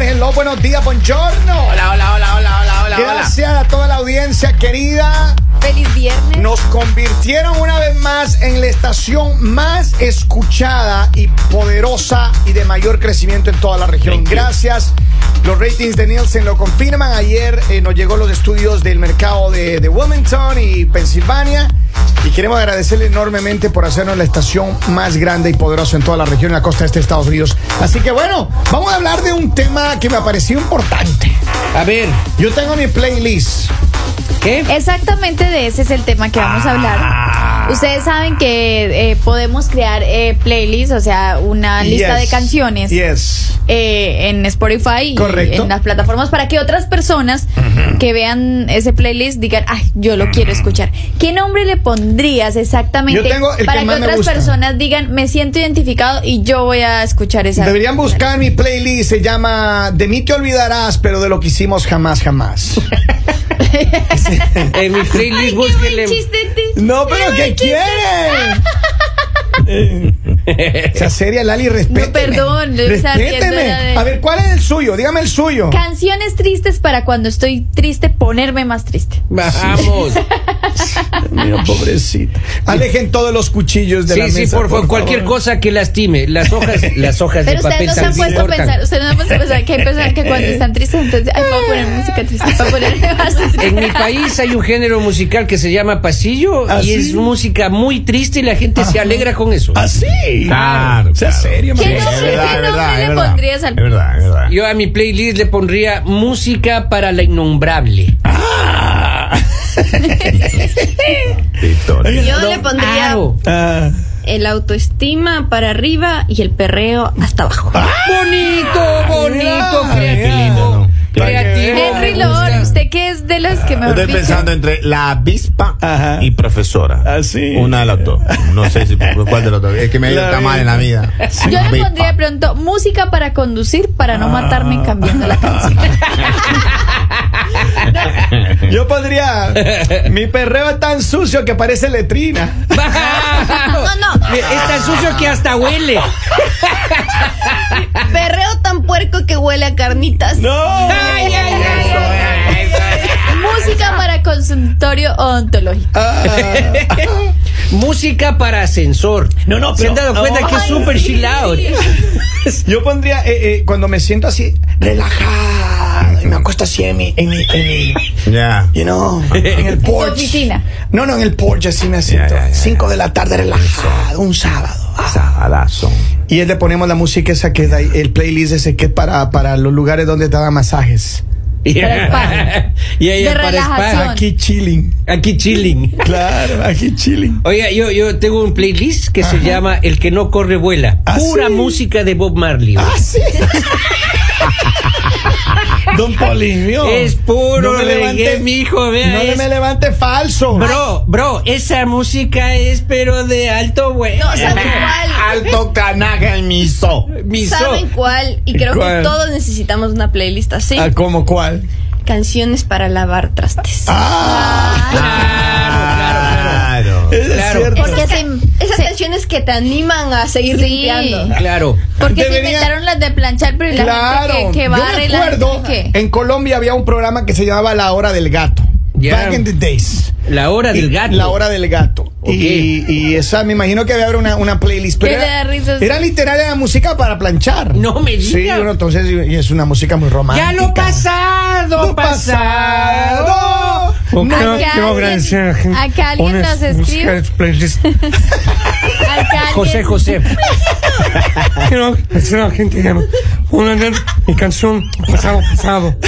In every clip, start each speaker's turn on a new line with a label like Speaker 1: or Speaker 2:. Speaker 1: eh, buenos días, buongiorno.
Speaker 2: Hola, hola, hola, hola, hola, hola.
Speaker 1: Gracias a toda la audiencia querida.
Speaker 3: Feliz viernes.
Speaker 1: Nos convirtieron una vez más en la estación más escuchada y poderosa y de mayor crecimiento en toda la región.
Speaker 2: Thank you.
Speaker 1: Gracias. Los ratings de Nielsen lo confirman. Ayer eh, nos llegó los estudios del mercado de, de Wilmington y Pensilvania. Y queremos agradecerle enormemente por hacernos la estación más grande y poderosa en toda la región, en la costa este de Estados Unidos. Así que bueno, vamos a hablar de un tema que me pareció importante.
Speaker 2: A ver,
Speaker 1: Yo tengo mi playlist.
Speaker 3: Eh,
Speaker 2: ¿qué?
Speaker 3: Exactamente de ese es el tema que vamos
Speaker 1: Ah.
Speaker 3: a hablar. Ustedes saben que eh, podemos crear eh, playlists, o sea, una lista de
Speaker 1: Yes.
Speaker 3: canciones
Speaker 1: Yes.
Speaker 3: eh, en Spotify y
Speaker 1: Correcto.
Speaker 3: en las plataformas para que otras personas que vean ese playlist digan, ay, yo lo quiero escuchar. ¿Qué nombre le pondrías exactamente
Speaker 1: Yo tengo el que
Speaker 3: para que,
Speaker 1: más me
Speaker 3: otras
Speaker 1: gusta.
Speaker 3: personas digan, me siento identificado y yo voy a escuchar esa?
Speaker 1: Deberían buscar mi playlist, se llama De mí te olvidarás, pero de lo que hicimos jamás, jamás.
Speaker 2: En mi
Speaker 3: Ay,
Speaker 2: playlist
Speaker 3: qué buen
Speaker 2: búsquenle.
Speaker 3: chiste, te-
Speaker 1: No, pero
Speaker 3: Ay,
Speaker 1: ¿qué
Speaker 3: chiste.
Speaker 1: quieren? O sea, seria, Lali, respéteme.
Speaker 3: No, perdón, o sea, siendo
Speaker 1: respéteme.
Speaker 3: la de-
Speaker 1: A ver, ¿cuál es el suyo? Dígame el suyo.
Speaker 3: Canciones tristes para cuando estoy triste, ponerme más triste.
Speaker 2: Vamos.
Speaker 1: Mira, pobrecita. Alejen todos los cuchillos de la
Speaker 2: Sí,
Speaker 1: mesa.
Speaker 2: sí, por, favor, cualquier
Speaker 1: favor.
Speaker 2: cosa que lastime. Las hojas, las hojas
Speaker 3: Pero
Speaker 2: de papel
Speaker 3: ustedes no se han
Speaker 2: también
Speaker 3: puesto a
Speaker 2: cortan.
Speaker 3: pensar, ustedes no han puesto a pensar que hay personas que cuando están tristes, entonces, ay, voy a poner música triste, voy a ponerme más triste.
Speaker 2: En mi país hay un género musical que se llama pasillo
Speaker 1: ¿Ah,
Speaker 2: y
Speaker 1: sí?
Speaker 2: es música muy triste y la gente
Speaker 3: Ah.
Speaker 2: se alegra con eso.
Speaker 1: Así.
Speaker 4: Claro,
Speaker 1: O sea,
Speaker 4: claro.
Speaker 1: serio,
Speaker 3: ¿Qué
Speaker 1: María.
Speaker 3: nombre, qué nombre le pondrías al
Speaker 4: Es verdad, es verdad.
Speaker 2: Yo a mi playlist le pondría música para la innombrable.
Speaker 4: Victoria.
Speaker 5: Yo le pondría
Speaker 2: Claro.
Speaker 1: Ah,
Speaker 5: el autoestima para arriba y el perreo hasta abajo.
Speaker 2: Bonito, bonito,
Speaker 1: mira.
Speaker 2: creativo.
Speaker 4: Qué lindo, ¿no?
Speaker 2: Creativo.
Speaker 3: Henry
Speaker 2: me
Speaker 3: Lord,
Speaker 2: gusta.
Speaker 3: usted que es de las que mejor
Speaker 4: Estoy
Speaker 3: dicho,
Speaker 4: pensando entre la avispa
Speaker 1: Ajá.
Speaker 4: y profesora.
Speaker 1: Ah, sí.
Speaker 4: Una de las dos. No sé si cuál de las dos. Es que me ha ido
Speaker 1: La
Speaker 4: tan mal en la vida.
Speaker 3: Yo le
Speaker 4: Avispa.
Speaker 3: pondría de pronto música para conducir para no matarme
Speaker 4: Ah.
Speaker 3: cambiando la canción.
Speaker 1: Yo podría. Mi perreo es tan sucio que parece letrina.
Speaker 5: No, no,
Speaker 2: Es tan sucio que hasta huele.
Speaker 5: perreo tan puerco que huele a carnitas.
Speaker 1: No.
Speaker 5: eh,
Speaker 3: música para consultorio odontológico.
Speaker 2: Música para ascensor.
Speaker 1: No, no,
Speaker 2: ¿Se
Speaker 1: pero-
Speaker 2: han dado cuenta que es
Speaker 3: Ay,
Speaker 2: súper
Speaker 3: sí.
Speaker 2: chill out?
Speaker 1: Yo pondría, eh, eh, cuando me siento así, relajado, y me acuesto así en mi, en mi, en mi,
Speaker 4: Ya.
Speaker 1: you know, en el porch.
Speaker 3: oficina.
Speaker 1: No, no, en el porch así me siento.
Speaker 4: ya, ya, ya.
Speaker 1: Cinco de la tarde relajado, un sábado.
Speaker 4: Ah. Sabadazo.
Speaker 1: Y él le ponemos la música esa que es de ahí, el playlist ese que es para, para los lugares donde te dan masajes.
Speaker 3: Para spa.
Speaker 2: Y ahí
Speaker 3: De
Speaker 2: para spa.
Speaker 3: relajación.
Speaker 1: Aquí chilling.
Speaker 2: Aquí chilling.
Speaker 1: Claro, aquí chilling.
Speaker 2: Oye, yo, yo tengo un playlist que se llama El que no corre vuela.
Speaker 1: ¿Ah,
Speaker 2: Pura
Speaker 1: sí?
Speaker 2: música de Bob Marley.
Speaker 1: Ah, sí. Don Polinio.
Speaker 2: Es puro
Speaker 1: me
Speaker 2: reggae, mijo, vea,
Speaker 1: No
Speaker 2: es-
Speaker 1: me levante falso.
Speaker 2: Bro, bro, esa música es pero de alto güey.
Speaker 5: No, ¿saben cuál?
Speaker 4: Alto canaje en miso.
Speaker 2: Mi so-
Speaker 5: ¿Saben cuál? Y creo
Speaker 1: ¿Cuál?
Speaker 5: que todos necesitamos una playlist así.
Speaker 1: Ah, ¿Cómo cuál?
Speaker 5: Canciones para lavar trastes.
Speaker 1: Ah,
Speaker 2: Ah. Claro,
Speaker 4: Claro.
Speaker 1: Eso es
Speaker 2: Claro.
Speaker 1: cierto.
Speaker 3: Ah. Porque se,
Speaker 5: Esas canciones que te animan a seguir
Speaker 3: Sí.
Speaker 5: limpiando.
Speaker 2: claro, claro.
Speaker 3: porque se
Speaker 1: Debería-
Speaker 3: inventaron las de planchar, pero y la gente
Speaker 1: Claro,
Speaker 3: que, que
Speaker 1: yo
Speaker 3: barre
Speaker 1: me
Speaker 3: la gente
Speaker 1: acuerdo,
Speaker 3: que-
Speaker 1: en Colombia había un programa que se llamaba La Hora del Gato.
Speaker 2: Ya.
Speaker 1: Back in the days.
Speaker 2: La hora del
Speaker 1: Y-
Speaker 2: gato.
Speaker 1: La Hora del Gato.
Speaker 2: Ok.
Speaker 1: Y, y esa, me imagino que había una, una playlist.
Speaker 3: Que le da risas.
Speaker 1: era literal la música para planchar.
Speaker 2: No me diga.
Speaker 1: Sí, bueno, entonces y- y es una música muy romántica.
Speaker 2: Ya lo pasado,
Speaker 1: Lo
Speaker 2: pasado.
Speaker 1: pasado.
Speaker 3: Acá alguien, acá alguien nos escribe. Acá alguien-
Speaker 2: José, José.
Speaker 6: Quiero decir a la gente que poner mi canción pasado, pasado.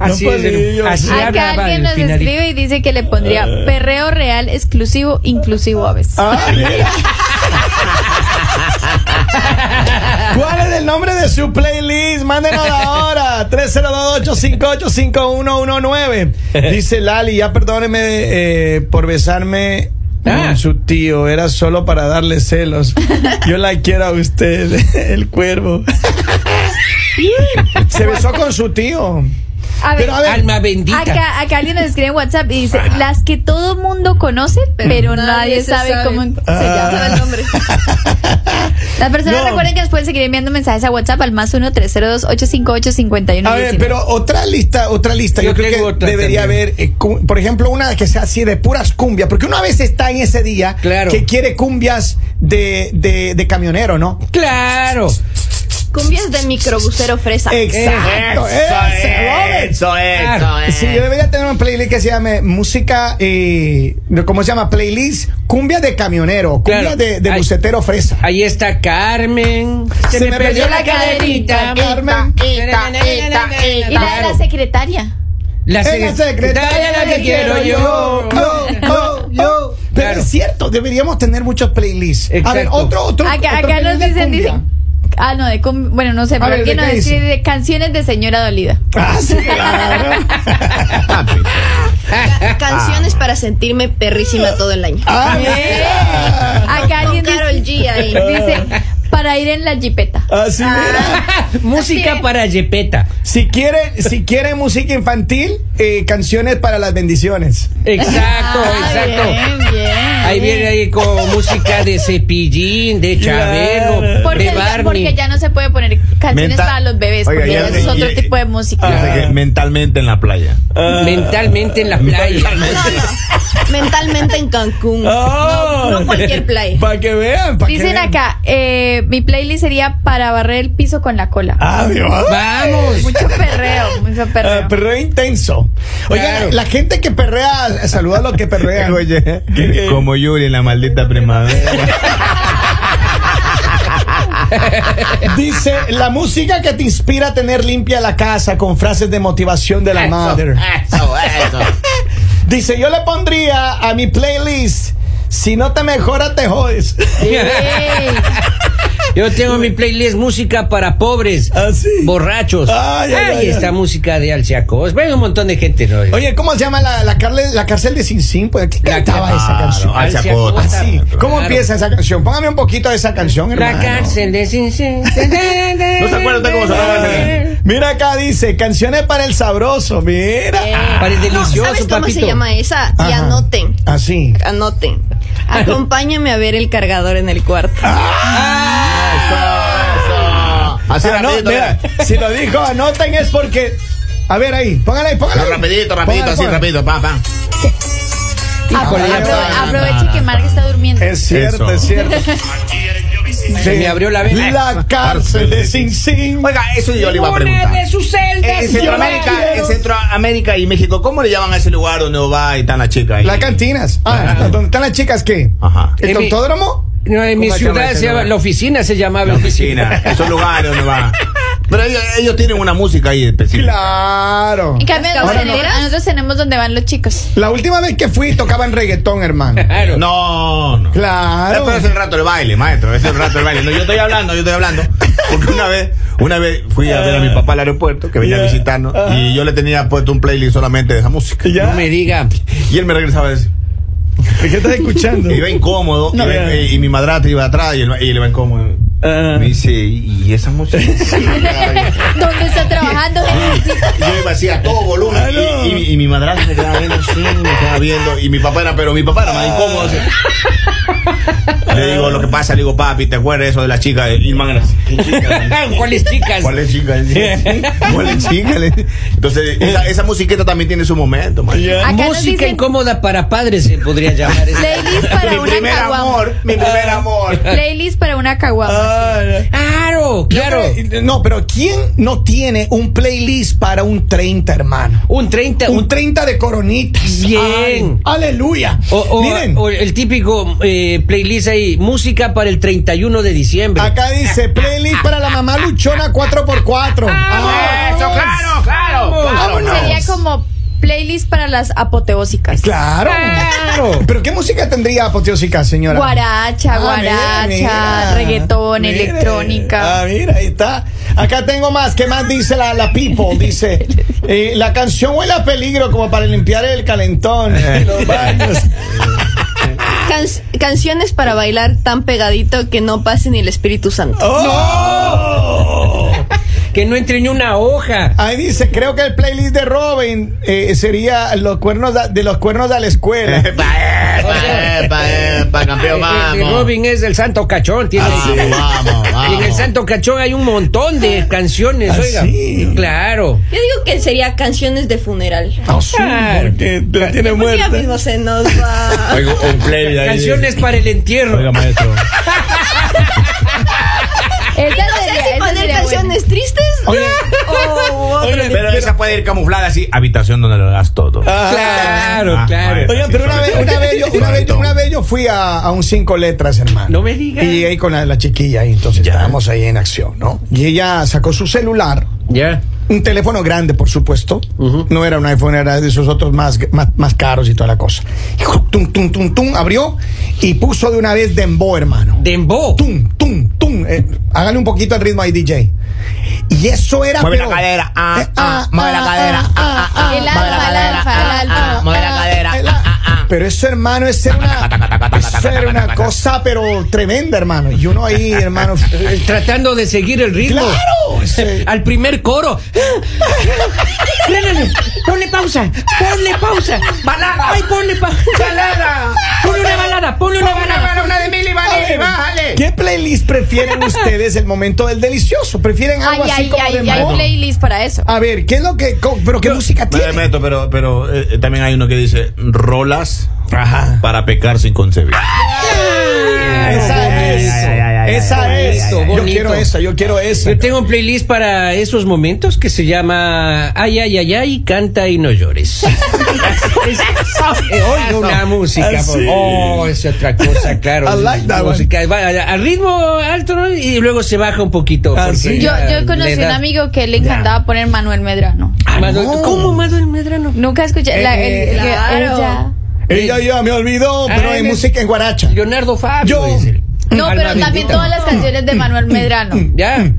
Speaker 2: Así,
Speaker 1: No
Speaker 2: es,
Speaker 1: podía.
Speaker 2: así
Speaker 3: Acá
Speaker 2: hablaba
Speaker 3: alguien
Speaker 2: el
Speaker 3: nos
Speaker 2: finalista.
Speaker 3: escribe y dice que le pondría
Speaker 2: Eh.
Speaker 3: perreo real, exclusivo, inclusivo a veces.
Speaker 1: Ah, mira. ¿Cuál es el nombre de su playlist? Mándenos ahora. 302-858-5119. Dice Lali, ya perdóneme eh, por besarme
Speaker 2: Ah.
Speaker 1: con su tío. Era solo para darle celos. Yo la quiero a usted, el cuervo. Se besó con su tío.
Speaker 3: A ver,
Speaker 1: Pero a ver,
Speaker 2: Alma bendita.
Speaker 3: acá, acá alguien nos escribe en WhatsApp y dice,
Speaker 2: Ah.
Speaker 3: las que todo mundo conoce, pero nadie,
Speaker 5: nadie se
Speaker 3: sabe,
Speaker 5: sabe.
Speaker 3: cómo se
Speaker 5: Ya sabe
Speaker 3: llama.
Speaker 5: el nombre.
Speaker 3: Las personas
Speaker 1: No.
Speaker 3: recuerden que nos pueden seguir enviando mensajes a WhatsApp al más 1-302-858-5119.
Speaker 1: A ver, pero otra lista, otra lista. Yo,
Speaker 2: Yo
Speaker 1: creo
Speaker 2: tengo
Speaker 1: que
Speaker 2: otra
Speaker 1: debería
Speaker 2: también.
Speaker 1: haber, eh, cu- por ejemplo, una que sea así de puras cumbias, porque uno a veces está en ese día
Speaker 2: Claro.
Speaker 1: que quiere cumbias de, de, de camionero, ¿no?
Speaker 2: Claro.
Speaker 5: Cumbias de microbusero fresa.
Speaker 3: Eh,
Speaker 1: Exacto, ese, Robert.
Speaker 4: Eso es.
Speaker 2: Claro.
Speaker 1: Sí, yo debería tener una playlist que se llame música, eh, ¿cómo se llama? Playlist cumbia de camionero, cumbia
Speaker 2: Claro.
Speaker 1: de, de
Speaker 2: Ay.
Speaker 1: bucetero fresa.
Speaker 2: Ahí está Carmen. Se, me, perdió, la caderita.
Speaker 1: Carmen.
Speaker 2: Eh,
Speaker 3: Y la de la secretaria.
Speaker 2: La
Speaker 1: Es la secretaria
Speaker 2: la que quiero yo.
Speaker 1: yo, yo, yo. Pero
Speaker 2: Claro.
Speaker 1: es cierto, deberíamos tener muchos playlists. A ver,
Speaker 2: Exacto.
Speaker 1: otro, otro.
Speaker 3: Acá,
Speaker 1: otro
Speaker 3: acá nos
Speaker 1: playlist de
Speaker 3: dicen,
Speaker 1: cumbia.
Speaker 3: dicen. Ah, no, de com- bueno, no sé,
Speaker 1: A
Speaker 3: pero
Speaker 1: ver,
Speaker 3: aquí
Speaker 1: ¿de
Speaker 3: nos
Speaker 1: qué dice?
Speaker 3: dice de canciones de señora dolida.
Speaker 1: Ah, sí, claro.
Speaker 2: Ah.
Speaker 5: Ca- Canciones para sentirme perrísima todo el año.
Speaker 1: Ah, mira.
Speaker 3: Acá
Speaker 5: Con
Speaker 3: alguien
Speaker 5: Karol G
Speaker 3: dice,
Speaker 5: ahí.
Speaker 3: dice, para ir en la jipeta.
Speaker 1: Así mira.
Speaker 2: Música
Speaker 3: Así.
Speaker 2: para Yepeta.
Speaker 1: Si quieren, si quieren música infantil, eh, canciones para las bendiciones.
Speaker 2: Exacto,
Speaker 3: Ah,
Speaker 2: exacto.
Speaker 3: bien, bien.
Speaker 2: Ahí viene ahí con música de cepillín, de chabelo,
Speaker 3: Porque,
Speaker 2: de Barney.
Speaker 3: porque ya no se puede poner canciones
Speaker 4: Menta-
Speaker 3: para los bebés,
Speaker 4: Oiga,
Speaker 3: porque
Speaker 4: ya
Speaker 3: eso
Speaker 4: sé-
Speaker 3: es otro
Speaker 4: ya-
Speaker 3: tipo de música.
Speaker 4: Yo
Speaker 1: Ah.
Speaker 4: sé que mentalmente en la playa.
Speaker 2: Mentalmente en la playa.
Speaker 5: No, no. Mentalmente en Cancún.
Speaker 2: Oh.
Speaker 5: No, no cualquier playa.
Speaker 1: Para que vean, para
Speaker 3: Dicen acá, eh, mi playlist sería para barrer el piso con la cola.
Speaker 1: Ah, Dios.
Speaker 2: Vamos.
Speaker 3: Mucho perreo, mucho perreo.
Speaker 1: Ah, perreo intenso. Oiga,
Speaker 2: Claro.
Speaker 1: la, la gente que perrea, eh, saluda a los que perrean.
Speaker 4: Oye, como Yuri en la maldita primavera.
Speaker 1: Dice, la música que te inspira a tener limpia la casa con frases de motivación de la madre.
Speaker 2: Eso, eso.
Speaker 1: Dice, yo le pondría a mi playlist, si no te mejora, te jodes.
Speaker 3: Ey.
Speaker 2: Yo tengo mi playlist música para pobres,
Speaker 1: Ah, sí.
Speaker 2: borrachos.
Speaker 1: Ay, ay,
Speaker 2: Ahí
Speaker 1: ay,
Speaker 2: está
Speaker 1: ay.
Speaker 2: música de Alciacos. Bueno, un montón de gente, ¿no?
Speaker 1: Oye, ¿cómo se llama la, la, carle- la cárcel de Sin Sin? Pues, ¿Qué
Speaker 2: La-
Speaker 1: cantaba esa
Speaker 4: Claro,
Speaker 1: canción?
Speaker 4: al
Speaker 2: Alcia
Speaker 4: Chacota.
Speaker 2: Costa.
Speaker 1: Sí, ¿Cómo
Speaker 2: Claro.
Speaker 1: empieza esa canción? Póngame un poquito de esa canción, hermano.
Speaker 2: la cárcel de Sin Sin.
Speaker 4: No se acuerda usted cómo se llama esa canción.
Speaker 1: Mira acá dice, canciones para el sabroso, mira.
Speaker 2: Para el
Speaker 5: No,
Speaker 2: delicioso,
Speaker 5: ¿Sabes cómo
Speaker 2: papito.
Speaker 5: se llama esa? Eh, Y
Speaker 1: Ajá.
Speaker 5: anoten.
Speaker 1: Así.
Speaker 5: Anoten. Acompáñame a ver el cargador en el cuarto.
Speaker 1: Ah.
Speaker 2: Ah,
Speaker 4: Así
Speaker 1: Ah, no,
Speaker 4: rapidito,
Speaker 1: mira, si lo dijo, anoten es porque. A ver ahí, póngale ahí, póngale.
Speaker 4: No,
Speaker 1: ahí.
Speaker 4: rapidito,
Speaker 1: Póngale,
Speaker 4: rapidito, así
Speaker 1: póngale.
Speaker 4: rapidito, pa, pa.
Speaker 3: Apro-
Speaker 1: ya
Speaker 3: apro-
Speaker 1: está.
Speaker 3: aproveche que Mark está durmiendo.
Speaker 1: Es cierto,
Speaker 4: Eso.
Speaker 1: es cierto.
Speaker 2: Se me abrió la vena.
Speaker 1: La cárcel de Sin Sin.
Speaker 4: Oiga, eso yo le iba a
Speaker 2: Una
Speaker 4: preguntar.
Speaker 2: de sus celdas.
Speaker 1: Yo
Speaker 4: Eh, En
Speaker 1: la
Speaker 4: Centroamérica,
Speaker 1: quiero.
Speaker 4: en Centroamérica y México, ¿cómo le llaman a ese lugar donde va y están las chicas ahí?
Speaker 1: Las cantinas. Ah, ¿dónde están las chicas qué?
Speaker 4: Ajá.
Speaker 1: ¿El
Speaker 2: En mi-
Speaker 1: autódromo?
Speaker 2: No, en mi
Speaker 4: ¿Cómo se llama
Speaker 2: ciudad
Speaker 4: ese
Speaker 2: se llama,
Speaker 4: lugar?
Speaker 2: la oficina se llamaba
Speaker 4: La oficina, esos lugares donde va. Pero ellos, ellos tienen una música ahí específica.
Speaker 1: Claro.
Speaker 3: En cambio,
Speaker 5: Ahora
Speaker 3: nosotros,
Speaker 5: no.
Speaker 3: tenemos- a nosotros tenemos donde van los chicos.
Speaker 1: La última vez que fui tocaban reggaetón, hermano.
Speaker 2: Claro.
Speaker 4: No, no. Eh,
Speaker 1: Claro.
Speaker 4: Pero es el rato del baile, maestro. Es el rato del baile. No, yo estoy hablando, yo estoy hablando. Porque una vez, una vez fui a ver a mi papá al aeropuerto, que venía a visitarnos, y yo le tenía puesto un playlist solamente de esa música.
Speaker 2: No me diga.
Speaker 4: Y él me regresaba a decir,
Speaker 1: ¿Qué estás escuchando?
Speaker 4: iba incómodo,
Speaker 1: No,
Speaker 4: iba- eh,
Speaker 1: ya.
Speaker 4: y, y mi madrastra iba atrás, y él, y él iba incómodo.
Speaker 1: Ah.
Speaker 4: Me dice, ¿y esa música? Sí, claro.
Speaker 3: ¿Dónde está trabajando?
Speaker 4: Y yo iba así a todo volumen.
Speaker 1: Ah, no.
Speaker 4: y, y- y mi madrastra me quedaba viendo así, me quedaba viendo. Y mi papá era, pero mi papá era más incómodo. así.
Speaker 1: Ah.
Speaker 4: Le digo lo que pasa, le digo, papi, ¿te acuerdas eso de la chica? Y el man era así, "¿Qué chica?"
Speaker 2: ¿Cuáles chicas?
Speaker 4: ¿Cuál es chica? ¿Cuál es chica? Entonces, esa, esa musiqueta también tiene su momento, man.
Speaker 3: Acá nos
Speaker 2: Música
Speaker 3: dicen-
Speaker 2: incómoda para padres se podría llamar. esa.
Speaker 3: Playlist para
Speaker 4: Mi
Speaker 3: una
Speaker 4: primer
Speaker 3: caguama.
Speaker 4: amor, mi primer amor.
Speaker 3: Playlist para una caguama.
Speaker 1: Ah,
Speaker 2: Claro, claro.
Speaker 1: No, pero ¿quién no tiene un playlist para un 30, hermano?
Speaker 2: Un 30,
Speaker 1: Un
Speaker 2: un
Speaker 1: 30 de coronitas.
Speaker 2: Bien.
Speaker 1: Ay, aleluya.
Speaker 2: O, o-
Speaker 1: Miren,
Speaker 2: o el típico eh, playlist ahí, música para el 31 de diciembre.
Speaker 1: acá dice playlist para la mamá luchona 4x4. Ah,
Speaker 4: Eso, claro, claro. claro no.
Speaker 3: Sería como playlist para las apoteósicas.
Speaker 1: Claro.
Speaker 2: Claro.
Speaker 1: Pero ¿qué música tendría apoteósica, señora?
Speaker 3: Guaracha,
Speaker 1: Ah,
Speaker 3: guaracha,
Speaker 1: mira, mira.
Speaker 3: reggaetón,
Speaker 1: Mire.
Speaker 3: electrónica.
Speaker 1: Ah, mira, ahí está. Acá tengo más. ¿Qué más dice la, la People? Dice, eh, la canción huele a peligro como para limpiar el calentón y los baños.
Speaker 5: Can- canciones para bailar tan pegadito que no pase ni el Espíritu Santo.
Speaker 1: ¡Oh!
Speaker 2: que no entre ni una hoja.
Speaker 1: Ahí dice, creo que el playlist de Robin eh, sería los cuernos da- de los cuernos a la escuela.
Speaker 4: Epa, epa, epa, epa, campeón,
Speaker 2: Eh, eh, de
Speaker 4: vamos.
Speaker 2: Robin es el santo cachón. Tiene
Speaker 4: Así, vamos,
Speaker 2: Y en el
Speaker 4: vamos.
Speaker 2: santo cachón hay un montón de canciones,
Speaker 1: ¿Ah,
Speaker 2: oiga.
Speaker 1: sí?
Speaker 2: Claro.
Speaker 5: Yo digo que sería canciones de funeral.
Speaker 1: Ah, sí,
Speaker 2: Claro.
Speaker 1: porque
Speaker 2: Pues
Speaker 1: la tiene
Speaker 5: Porque ya
Speaker 1: muerta.
Speaker 5: mismo se nos va.
Speaker 4: Oiga, un play ahí.
Speaker 2: Canciones para el entierro.
Speaker 4: Oiga, maestro.
Speaker 3: Esa
Speaker 5: No sé
Speaker 3: sería-
Speaker 5: si
Speaker 3: esa
Speaker 5: poner
Speaker 3: sería buena.
Speaker 5: canciones tristes Oh.
Speaker 1: Oye,
Speaker 5: o
Speaker 1: oye,
Speaker 4: Pero esa puede ir camuflada así, habitación donde lo das todo.
Speaker 1: ah,
Speaker 2: Claro,
Speaker 4: Ah,
Speaker 2: claro.
Speaker 4: maestro.
Speaker 1: Oigan, pero una vez, una vez yo, una vez yo- una vez yo fui a, a un cinco letras, hermano.
Speaker 2: No me digas.
Speaker 1: Y ahí con la, la chiquilla, y entonces
Speaker 4: Ya.
Speaker 1: estábamos ahí en acción, ¿no? Y ella sacó su celular,
Speaker 2: Ya.
Speaker 1: un teléfono grande, por supuesto.
Speaker 2: Ujú.
Speaker 1: No era un iPhone, era de esos otros más, más, más caros y toda la cosa. Y tum, tum, tum, tum, abrió y puso de una vez Dembo, hermano.
Speaker 2: Dembo.
Speaker 1: tum, tum, tum. Eh, hágale un poquito al ritmo ahí, DJ. Y eso era.
Speaker 4: Mueve la
Speaker 1: pero-
Speaker 4: cadera, ah,
Speaker 1: Eh,
Speaker 4: ah, mueve la cadera, ah, ah,
Speaker 3: El
Speaker 4: mueve la
Speaker 3: alfa, el
Speaker 4: cadera,
Speaker 3: alfa,
Speaker 4: ah,
Speaker 3: el
Speaker 4: ah,
Speaker 3: alfa.
Speaker 4: mueve la cadera,
Speaker 1: el-
Speaker 4: ah, ah, ah.
Speaker 1: Pero eso, hermano, eso era una, eso era una cosa, pero tremenda, hermano. Y uno ahí, hermano.
Speaker 2: Eh, Tratando de seguir el ritmo.
Speaker 1: ¡Claro! Ese-
Speaker 2: Al primer coro. Frénale, ponle pausa, ponle pausa. Balada. Ay, ponle pausa. Balada. Ponle una balada, ponle una balada.
Speaker 4: de Milly Vanilli, bájale.
Speaker 1: ¿Qué playlist prefieren ustedes el momento del delicioso? ¿Prefieren algo
Speaker 3: Ay,
Speaker 1: así
Speaker 3: ay,
Speaker 1: como
Speaker 3: ay,
Speaker 1: de
Speaker 3: hay
Speaker 1: mambo?
Speaker 3: playlist para eso.
Speaker 1: A ver, ¿qué es lo que. co- pero qué música
Speaker 4: Me
Speaker 1: tiene?
Speaker 4: meto, pero, pero eh, también hay uno que dice rolas
Speaker 1: Ajá.
Speaker 4: para pecar sin concebir.
Speaker 1: Esa es.
Speaker 4: ay, ay, ay,
Speaker 1: Esa
Speaker 2: ay,
Speaker 1: es.
Speaker 2: ay, ay,
Speaker 1: Yo
Speaker 2: bonito.
Speaker 1: quiero esa, yo quiero esa.
Speaker 2: Yo tengo un playlist para esos momentos que se llama Ay, ay, ay, ay, canta y no llores. Es- eh, oiga una música.
Speaker 1: Ah,
Speaker 2: por-
Speaker 1: sí.
Speaker 2: Oh, es otra cosa, claro.
Speaker 1: I like that one.
Speaker 2: música. Va a- al ritmo alto ¿no? y luego se baja un poquito.
Speaker 1: Ah,
Speaker 2: porque
Speaker 1: sí.
Speaker 3: Yo,
Speaker 2: ya
Speaker 3: yo conocí
Speaker 2: le
Speaker 3: un
Speaker 2: da-
Speaker 3: amigo que le encantaba poner Manuel Medrano.
Speaker 2: Manuel-
Speaker 1: no.
Speaker 2: ¿Cómo Manuel Medrano?
Speaker 3: Nunca escuché. la- el-
Speaker 2: Eh,
Speaker 3: que-
Speaker 5: claro.
Speaker 3: ella-
Speaker 1: Ella ya me olvidó, pero
Speaker 2: Ah,
Speaker 1: hay
Speaker 2: en el-
Speaker 1: música en guaracha.
Speaker 2: Leonardo Fabio.
Speaker 1: Yo-
Speaker 2: es el-
Speaker 3: No,
Speaker 2: Alma
Speaker 3: pero también
Speaker 2: bendita.
Speaker 3: todas las canciones de Manuel Medrano.
Speaker 1: Mm,
Speaker 2: Ya.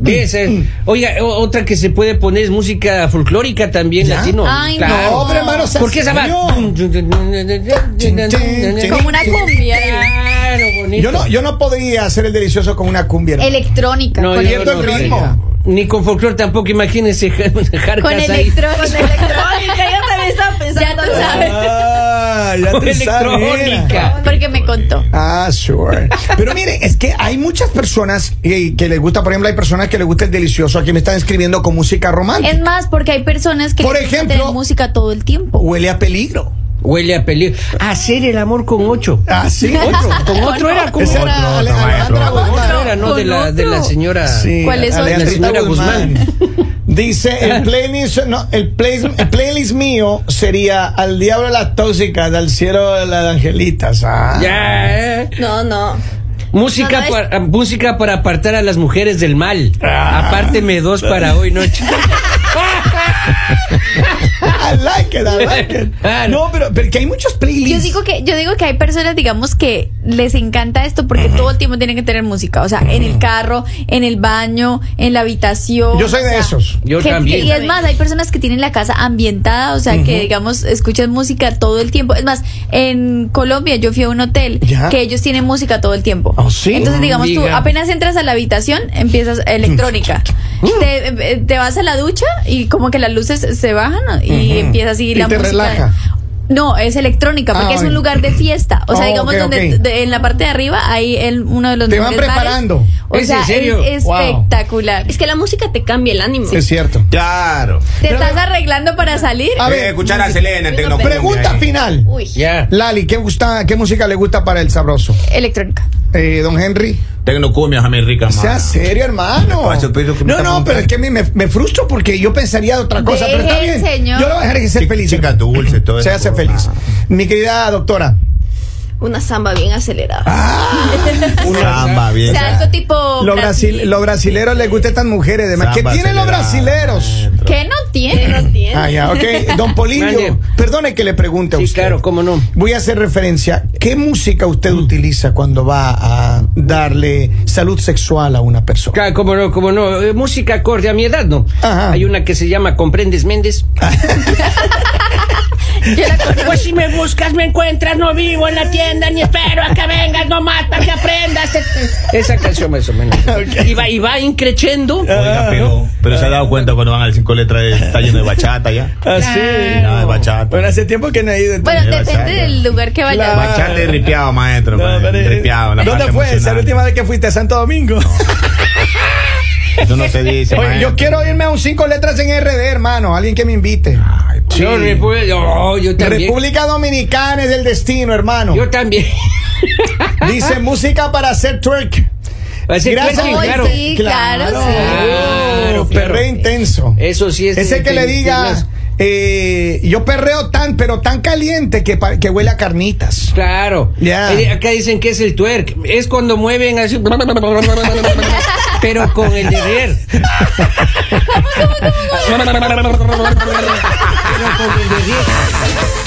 Speaker 2: Ves, eh, Oiga, o- otra que se puede poner es música folclórica también,
Speaker 1: ¿Ya?
Speaker 2: latino.
Speaker 3: Ay,
Speaker 2: Claro.
Speaker 3: no,
Speaker 1: hombre, hermano, seas
Speaker 2: Porque esa va.
Speaker 1: serio.
Speaker 3: Como una cumbia. eh,
Speaker 2: Claro, bonito.
Speaker 1: Yo no, yo no podría hacer el delicioso con una cumbia. hermano.
Speaker 3: Electrónica.
Speaker 2: No,
Speaker 3: con
Speaker 2: yo
Speaker 1: Viendo
Speaker 2: no,
Speaker 1: el
Speaker 2: no,
Speaker 1: ritmo.
Speaker 2: Ni con folclore tampoco, imagínense jarcas
Speaker 3: Con
Speaker 2: ahí.
Speaker 3: electrónica.
Speaker 5: electrónica. Yo también estaba
Speaker 3: Ya
Speaker 5: pensando.
Speaker 3: tú sabes.
Speaker 1: Ah, ya
Speaker 2: Con
Speaker 1: te sabes.
Speaker 2: electrónica.
Speaker 3: Porque me contó.
Speaker 1: Ah, sure. Pero mire, es que hay muchas personas eh, que les gusta, por ejemplo, hay personas que les gusta el delicioso. Aquí me están escribiendo con música romántica.
Speaker 3: Es más, porque hay personas que
Speaker 1: Por
Speaker 3: les gusta
Speaker 1: ejemplo-
Speaker 3: tener música todo el tiempo.
Speaker 1: Huele a peligro.
Speaker 2: Huele a peligro. Hacer el amor con ocho.
Speaker 1: Ah, sí.
Speaker 2: Otro, con otro era como.
Speaker 1: Esa
Speaker 2: Otro
Speaker 1: era
Speaker 4: Otro,
Speaker 1: Ale-
Speaker 4: otro,
Speaker 1: Alejandra
Speaker 4: maestro.
Speaker 1: Guzmán.
Speaker 2: era, ¿no? De la, de la señora.
Speaker 1: Sí,
Speaker 3: ¿Cuál es
Speaker 1: Alejandra
Speaker 2: otra? La señora
Speaker 1: Dice, el playlist, no, el, play- el playlist mío sería Al diablo las tóxicas, al cielo las angelitas. Ah.
Speaker 2: Ya. eh.
Speaker 5: No, no.
Speaker 2: Música,
Speaker 5: No, no es-
Speaker 2: para, música para apartar a las mujeres del mal.
Speaker 1: Ah.
Speaker 2: Apárteme dos para hoy noche.
Speaker 1: I like it, I like it.
Speaker 2: Claro.
Speaker 1: No, pero, pero que hay muchos playlists.
Speaker 3: Yo digo que yo digo que hay personas, digamos, que les encanta esto porque todo el tiempo tienen que tener música, o sea, en el carro, en el baño, en la habitación.
Speaker 1: Yo soy
Speaker 3: o
Speaker 1: de
Speaker 3: sea,
Speaker 1: esos.
Speaker 2: Yo
Speaker 3: que-
Speaker 2: también.
Speaker 3: que- y es más, hay personas que tienen la casa ambientada, o sea, que digamos escuchan música todo el tiempo. Es más, en Colombia yo fui a un hotel
Speaker 1: Ya.
Speaker 3: que ellos tienen música todo el tiempo.
Speaker 1: Oh, ¿sí?
Speaker 3: Entonces, digamos, tú
Speaker 2: Diga.
Speaker 3: apenas entras a la habitación, empiezas electrónica.
Speaker 1: Mm.
Speaker 3: Te, eh, te vas a la ducha y como que las luces se bajan y empieza así
Speaker 1: Y
Speaker 3: la
Speaker 1: te
Speaker 3: música.
Speaker 1: relaja.
Speaker 3: No, es electrónica, porque
Speaker 1: Ah,
Speaker 3: es un
Speaker 1: bueno.
Speaker 3: lugar de fiesta. O sea,
Speaker 1: Oh,
Speaker 3: digamos
Speaker 1: ok,
Speaker 3: donde
Speaker 1: ok.
Speaker 3: de- en la parte de arriba hay el, uno de los
Speaker 1: Te van
Speaker 3: mejores bares.
Speaker 1: preparando.
Speaker 3: O
Speaker 2: ¿Es
Speaker 3: sea,
Speaker 2: en serio?
Speaker 3: es
Speaker 1: Wow.
Speaker 3: espectacular.
Speaker 5: Es que la música te cambia el ánimo.
Speaker 1: Es cierto.
Speaker 4: Claro.
Speaker 3: ¿Te estás arreglando para salir?
Speaker 1: A
Speaker 4: A
Speaker 1: ver,
Speaker 4: ver, escuchar a Selena en Tecnocumbia
Speaker 1: Pregunta
Speaker 4: ahí.
Speaker 1: final.
Speaker 5: Uy.
Speaker 2: Ya.
Speaker 1: Lali, ¿qué, gusta, ¿qué música le gusta para el sabroso?
Speaker 3: Electrónica.
Speaker 1: Eh, don Henry.
Speaker 4: Tecnocumbia, Jamel Rica, ma.
Speaker 1: Sea serio, hermano.
Speaker 4: Pacho, pero que me
Speaker 1: No,
Speaker 4: está
Speaker 1: no, pero
Speaker 4: preguntando.
Speaker 1: es que me, me- me frustro porque yo pensaría de otra cosa. pero está
Speaker 3: Deje,
Speaker 1: bien.
Speaker 3: señor.
Speaker 1: Yo lo voy a dejar que sea
Speaker 4: Chi-
Speaker 1: feliz.
Speaker 4: Chica Ah. dulce, todo
Speaker 1: Se
Speaker 4: eso,
Speaker 1: hace
Speaker 4: ma.
Speaker 1: feliz. Mi querida doctora.
Speaker 5: Una samba bien acelerada.
Speaker 4: Samba,
Speaker 3: O
Speaker 4: bien.
Speaker 3: sea, algo tipo.
Speaker 1: Los
Speaker 3: Brasil.
Speaker 1: brasil, lo brasileros les gustan estas mujeres. Además, ¿qué
Speaker 4: Samba
Speaker 1: tienen los
Speaker 4: acelerada,
Speaker 1: brasileros?
Speaker 4: maestro.
Speaker 3: ¿Qué no tiene?
Speaker 5: No tiene.
Speaker 1: Ah, ya, ok. Don Polillo,
Speaker 2: Mande.
Speaker 1: perdone que le pregunte a
Speaker 2: Sí,
Speaker 1: usted.
Speaker 2: claro, cómo no. Mm.
Speaker 1: Voy a hacer referencia. ¿Qué música usted utiliza cuando va a darle salud sexual a una persona?
Speaker 2: Claro, cómo no, cómo no. Eh, música acorde a mi edad, ¿no?
Speaker 1: Ajá.
Speaker 2: Hay una que se llama Comprendes Méndez.
Speaker 3: Yo la conozco.
Speaker 2: Pues si me buscas, me encuentras, no vivo en la tienda, ni espero a que vengas nomás para que aprendas. este- esa canción más o menos. Y va, y va increchendo.
Speaker 1: Ah,
Speaker 4: Oiga, pero, pero se ha dado cuenta cuando van al cinco letras, está lleno de bachata ya.
Speaker 1: Así.
Speaker 4: Nada de bachata.
Speaker 1: Bueno, hace tiempo que no he ido. entonces.
Speaker 3: Bueno,
Speaker 4: Lleva
Speaker 3: depende
Speaker 4: sangre.
Speaker 3: del lugar que vayas.
Speaker 1: Claro.
Speaker 4: Bachata y ripiado, maestro.
Speaker 1: No,
Speaker 4: maestro,
Speaker 1: pero-
Speaker 4: ripiado, en la
Speaker 1: ¿Dónde
Speaker 4: parte
Speaker 1: fue? Esa
Speaker 4: emocional.
Speaker 1: la última vez que fuiste a Santo Domingo.
Speaker 4: Eso no se dice.
Speaker 1: Oye,
Speaker 4: maestro.
Speaker 1: yo quiero irme a un cinco letras en RD, hermano. Alguien que me invite.
Speaker 4: Ay,
Speaker 2: Sí. Yo, repu- yo- oh, yo también.
Speaker 1: República Dominicana es el destino, hermano.
Speaker 2: Yo también.
Speaker 1: Dice música para hacer twerk.
Speaker 2: Así que,
Speaker 1: Gracias,
Speaker 3: Ay,
Speaker 2: claro.
Speaker 3: sí, claro,
Speaker 1: Claro.
Speaker 2: Claro,
Speaker 1: Perreo
Speaker 2: claro. Eh,
Speaker 1: intenso.
Speaker 2: Eso sí es.
Speaker 1: Ese que le diga, eh, yo perreo tan, pero tan caliente que, pa- que huele a carnitas.
Speaker 2: Claro.
Speaker 1: Ya.
Speaker 2: Eh, Acá dicen que es el twerk. Es cuando mueven así. Pero con el deber. Pero con el deber.